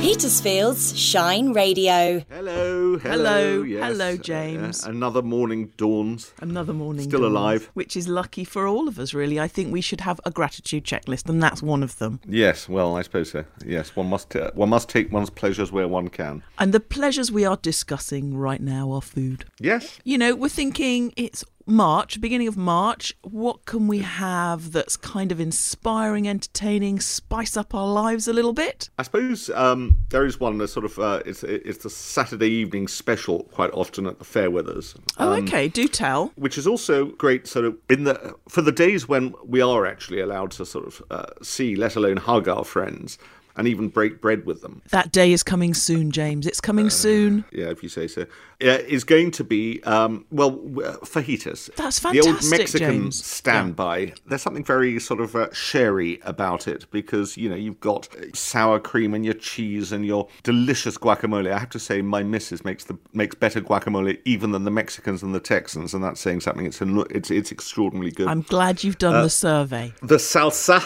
Petersfield's Shine Radio. Hello, hello, Hello, yes. hello, Uh, James. another morning dawns. Another morning. Still dawns, alive. Which is lucky for all of us, really. I think we should have a gratitude checklist, and that's one of them. Yes, well, I suppose so. Yes, one must uh, one must take one's pleasures where one can. And the pleasures we are discussing right now are food. Yes, You know, we're thinking it's March, beginning of March. What can we have that's kind of inspiring, entertaining, spice up our lives a little bit? I suppose um, there is one that sort of uh, it's it's the Saturday evening special quite often at the Fairweathers. Oh, okay. Do tell. which is also great sort of in the for the days when we are actually allowed to sort of uh, see let alone hug our friends and even break bread with them That day is coming soon, James. It's uh, coming soon. yeah if you say so yeah, is going to be um, well w- uh, fajitas That's the old fantastic, mexican James. standby there's something very sort of uh, sherry about it because you know you've got sour cream and your cheese and your delicious guacamole i have to say my missus makes the makes better guacamole even than the mexicans and the texans and that's saying something it's eno- it's, it's extraordinarily good I'm glad you've done the survey. the salsa,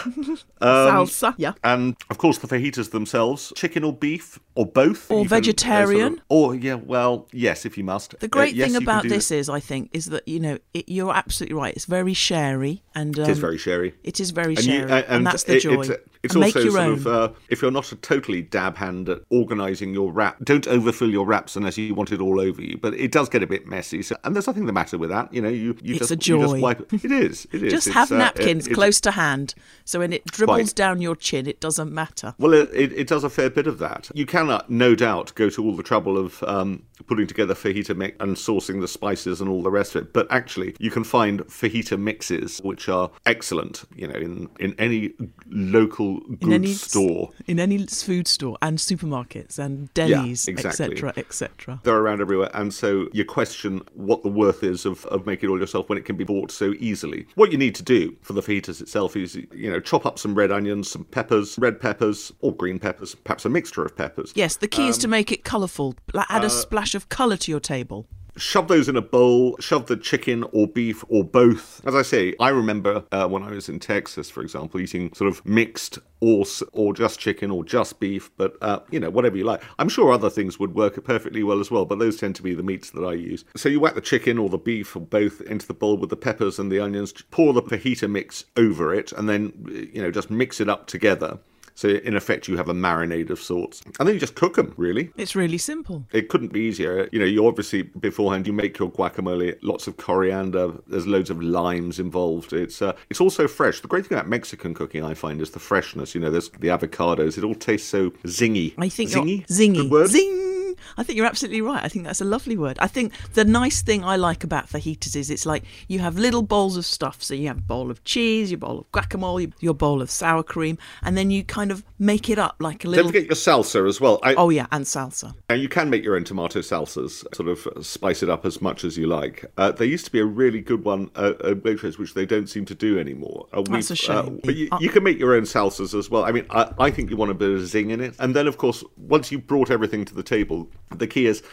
uh, um, Salsa. Yeah. and of course the fajitas themselves, chicken or beef or both, even, uh, Or sort of- vegetarian. or yeah, well, yes, if you must. The great Uh, yes, thing you can about do this that. is, I think, is that you know it, you're absolutely right. It's very sherry, and um, it is very sherry. It is very And, you- sherry, a- and, that's the it- joy. It's, it's and also make your sort own. of uh, if you're not a totally dab hand at organising your wrap, don't overfill your wraps unless you want it all over you. But it does get a bit messy, so, and there's nothing the matter with that. You know, you, you It's just a you just joy. wipe. It is. It is. Just It's, have uh, it- napkins it's- close to hand, so when it dribbles Quite. down your chin, it doesn't matter. Well, it, it, it does a fair bit of that. You can, uh, no doubt, go to all the trouble of um, putting together fajita mix and sourcing the spices and all the rest of it. But actually, you can find fajita mixes which are excellent. You know, in in any local good In any s- store, in any s- food store, and supermarkets, and delis, exactly. etc., etc. they're around everywhere. And so you question what the worth is of, of making it all yourself when it can be bought so easily. What you need to do for the fajitas itself is, you know, chop up some red onions, some peppers, red peppers or green peppers, perhaps a mixture of peppers. Yes, the key Um, is to make it colourful. Like add uh, a splash of colour to your table. shove those in a bowl, shove the chicken or beef or both. As I say, I remember uh, when I was in Texas, for example, eating sort of mixed or s- or just chicken or just beef, but uh, you know whatever you like. I'm sure other things would work perfectly well as well, but those tend to be the meats that I use. So you whack the chicken or the beef or both into the bowl with the peppers and the onions, pour the fajita mix over it, and then you know just mix it up together. So in effect, you have a marinade of sorts, and then you just cook them really It's really simple. it couldn't be easier. You know, you obviously beforehand you make your guacamole, lots of coriander. There's loads of limes involved. It's uh, it's also fresh. The great thing about Mexican cooking, I find, is the freshness. You know, there's the avocados. It all tastes so zingy. I think zingy, You're, zingy. Good word? Zing. I think you're absolutely right. I think that's a lovely word. I think the nice thing I like about fajitas is it's like you have little bowls of stuff. So you have a bowl of cheese, your bowl of guacamole, your bowl of sour cream, and then you kind of make it up like a Don't little. forget your salsa as well. I, Oh yeah, and salsa. Now, you can make your own tomato salsas, sort of uh, spice it up as much as you like. Uh, there used to be a really good one uh, at Waitrose, which they don't seem to do anymore. Uh, That's we've, a uh, shame. but you, Uh, you can make your own salsas as well. I mean, I, I think you want a bit of zing in it. And then, of course, once you've brought everything to the table, the key is.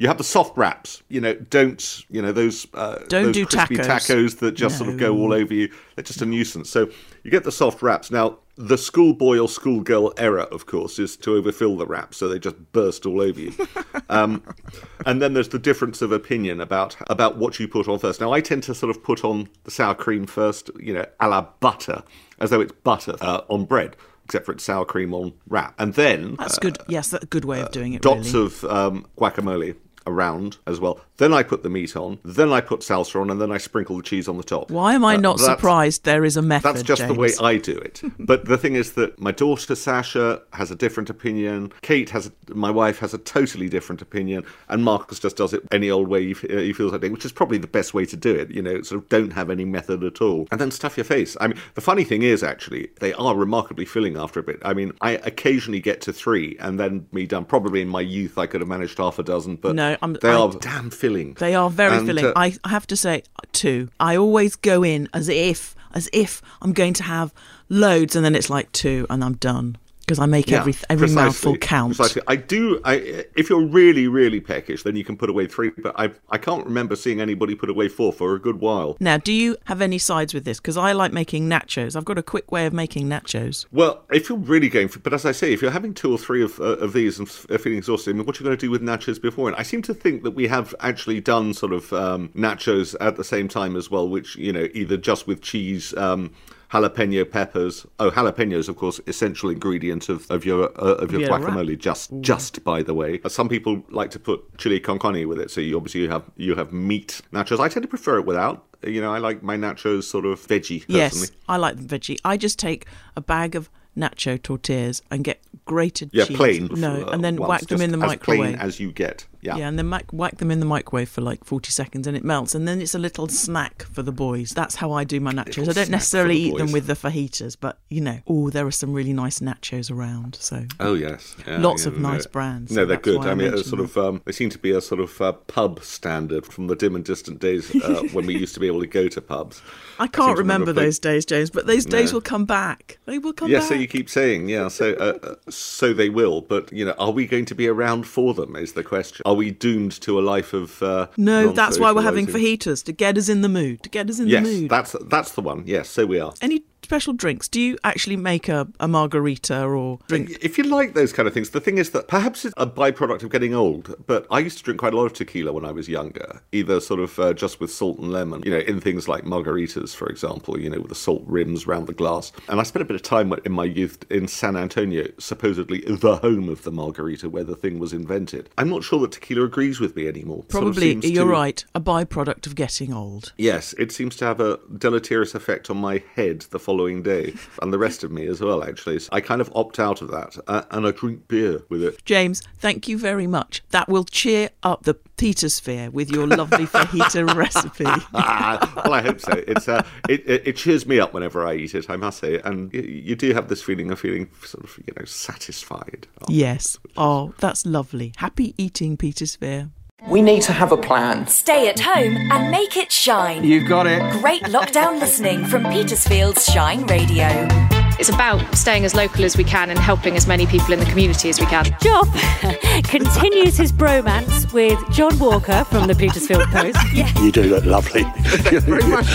You have the soft wraps, you know. Don't you know those? Uh, Don't those do crispy tacos. tacos that just sort of No. go all over you. They're just a nuisance. So you get the soft wraps. Now, the schoolboy or schoolgirl error, of course, is to overfill the wraps so they just burst all over you. um, and then there's the difference of opinion about about what you put on first. Now, I tend to sort of put on the sour cream first, you know, a la butter, as though it's butter uh, on bread, except for it's sour cream on wrap. And then uh, That's good. Yes, that's a good way of doing it. dots really. of um, guacamole around as well. Then I put the meat on. Then I put salsa on, and then I sprinkle the cheese on the top. Why am I Uh, not that's- surprised? There is a method. That's just the way James. I do it. But the thing is that my daughter Sasha has a different opinion. Kate has, a, my wife has a totally different opinion, and Marcus just does it any old way he, f- he feels like doing, which is probably the best way to do it. You know, sort of don't have any method at all, and then stuff your face. I mean, the funny thing is actually they are remarkably filling after a bit. I mean, I occasionally get to three, and then me done. Probably in my youth, I could have managed half a dozen, but No, I'm- they I- are damn filling. They are very And, filling. uh, I I have to say, two. I always go in as if, as if I'm going to have loads, and then it's like two, and I'm done. because I make every every precisely, mouthful count. Precisely. I do. I if you're really really peckish, then you can put away three. But I I can't remember seeing anybody put away four for a good while. Now, do you have any sides with this? Because I like making nachos. I've got a quick way of making nachos. Well, if you're really going for, but as I say, if you're having two or three of uh, of these and f- uh, feeling exhausted, I mean, what are you going to do with nachos before? And I seem to think that we have actually done sort of um, nachos at the same time as well, which you know either just with cheese. Um, Jalapeno peppers. Oh, jalapenos, of course, essential ingredient of, of your uh, of your Yeah, right. Mm. guacamole. Just, just by the way, Uh, some people like to put chili con carne with it. So you obviously you have you have meat nachos. I tend to prefer it without. You know, I like my nachos sort of veggie. Personally. Yes, I like the veggie. I just take a bag of nacho tortillas and get grated Yeah, cheese. plain. No, uh, and then ones, whack them just in the as microwave. Plain as you get. Yeah. yeah, and then mac- whack them in the microwave for like 40 seconds and it melts. And then it's a little snack for the boys. That's how I do my nachos. I snack don't for necessarily the eat them boys. with the fajitas, but you know, oh, there are some really nice nachos around. So Oh yes, Yeah, Lots yeah, of nice brands, No, so they're that's good. why I I mean, mentioned it's sort of um, they seem to be a sort of uh, pub standard from the dim and distant days uh, when we used to be able to go to pubs. I seem can't to remember pla- those days, James, but those days No. will come back. They will come Yeah, back. so you keep saying, yeah, so uh, uh, so they will, but you know, are we going to be around for them? Is the question? Are we doomed to a life of uh, no, that's why we're having non-socialising? fajitas to get us in the mood, to get us in Yes, the mood. that's that's the one. Yes, so we are. Any special drinks? Do you actually make a, a margarita or drink? If you like those kind of things, the thing is that perhaps it's a byproduct of getting old, but I used to drink quite a lot of tequila when I was younger, either sort of uh, just with salt and lemon, you know, in things like margaritas, for example, you know, with the salt rims round the glass. And I spent a bit of time in my youth in San Antonio, supposedly the home of the margarita where the thing was invented. I'm not sure that tequila agrees with me anymore. Sort of Probably, seems you're to- right, a byproduct of getting old. Yes, it seems to have a deleterious effect on my head the following day, and the rest of me as well, actually. So I kind of opt out of that, uh, and I drink beer with it. James, thank you very much. That will cheer up the pita sphere with your lovely fajita recipe. Ah, well, I hope so. It's uh, it, it it cheers me up whenever I eat it. I must say, and you, you do have this feeling of feeling sort of you know satisfied. Yes. Oh, that's lovely. Happy eating pita sphere. We need to have a plan. Stay at home and make it shine. You've got it. Great lockdown listening from Petersfield's Shine Radio. It's about staying as local as we can and helping as many people in the community as we can. Job continues his bromance with John Walker from the Petersfield Post. You do look lovely.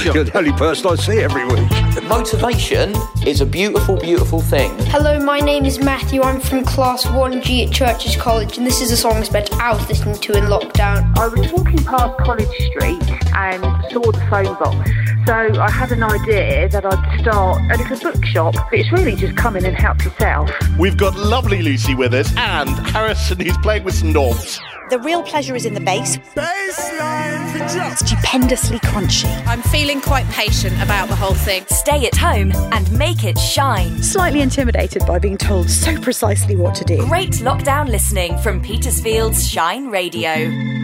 You're the only person I see every week. Motivation is a beautiful, beautiful thing. Hello, my name is Matthew. I'm from Class 1G at Churches College, and this is a song I spent hours listening to in lockdown. I was walking past College Street and saw the phone box. So I had an idea that I'd start a little bookshop. It's really just come in and help yourself. We've got lovely Lucy with us and Harrison who's playing with some knobs. The real pleasure is in the bass. Stupendously crunchy. I'm feeling quite patient about the whole thing. Stay at home and make it shine. Slightly intimidated by being told so precisely what to do. Great lockdown listening from Petersfield's Shine Radio.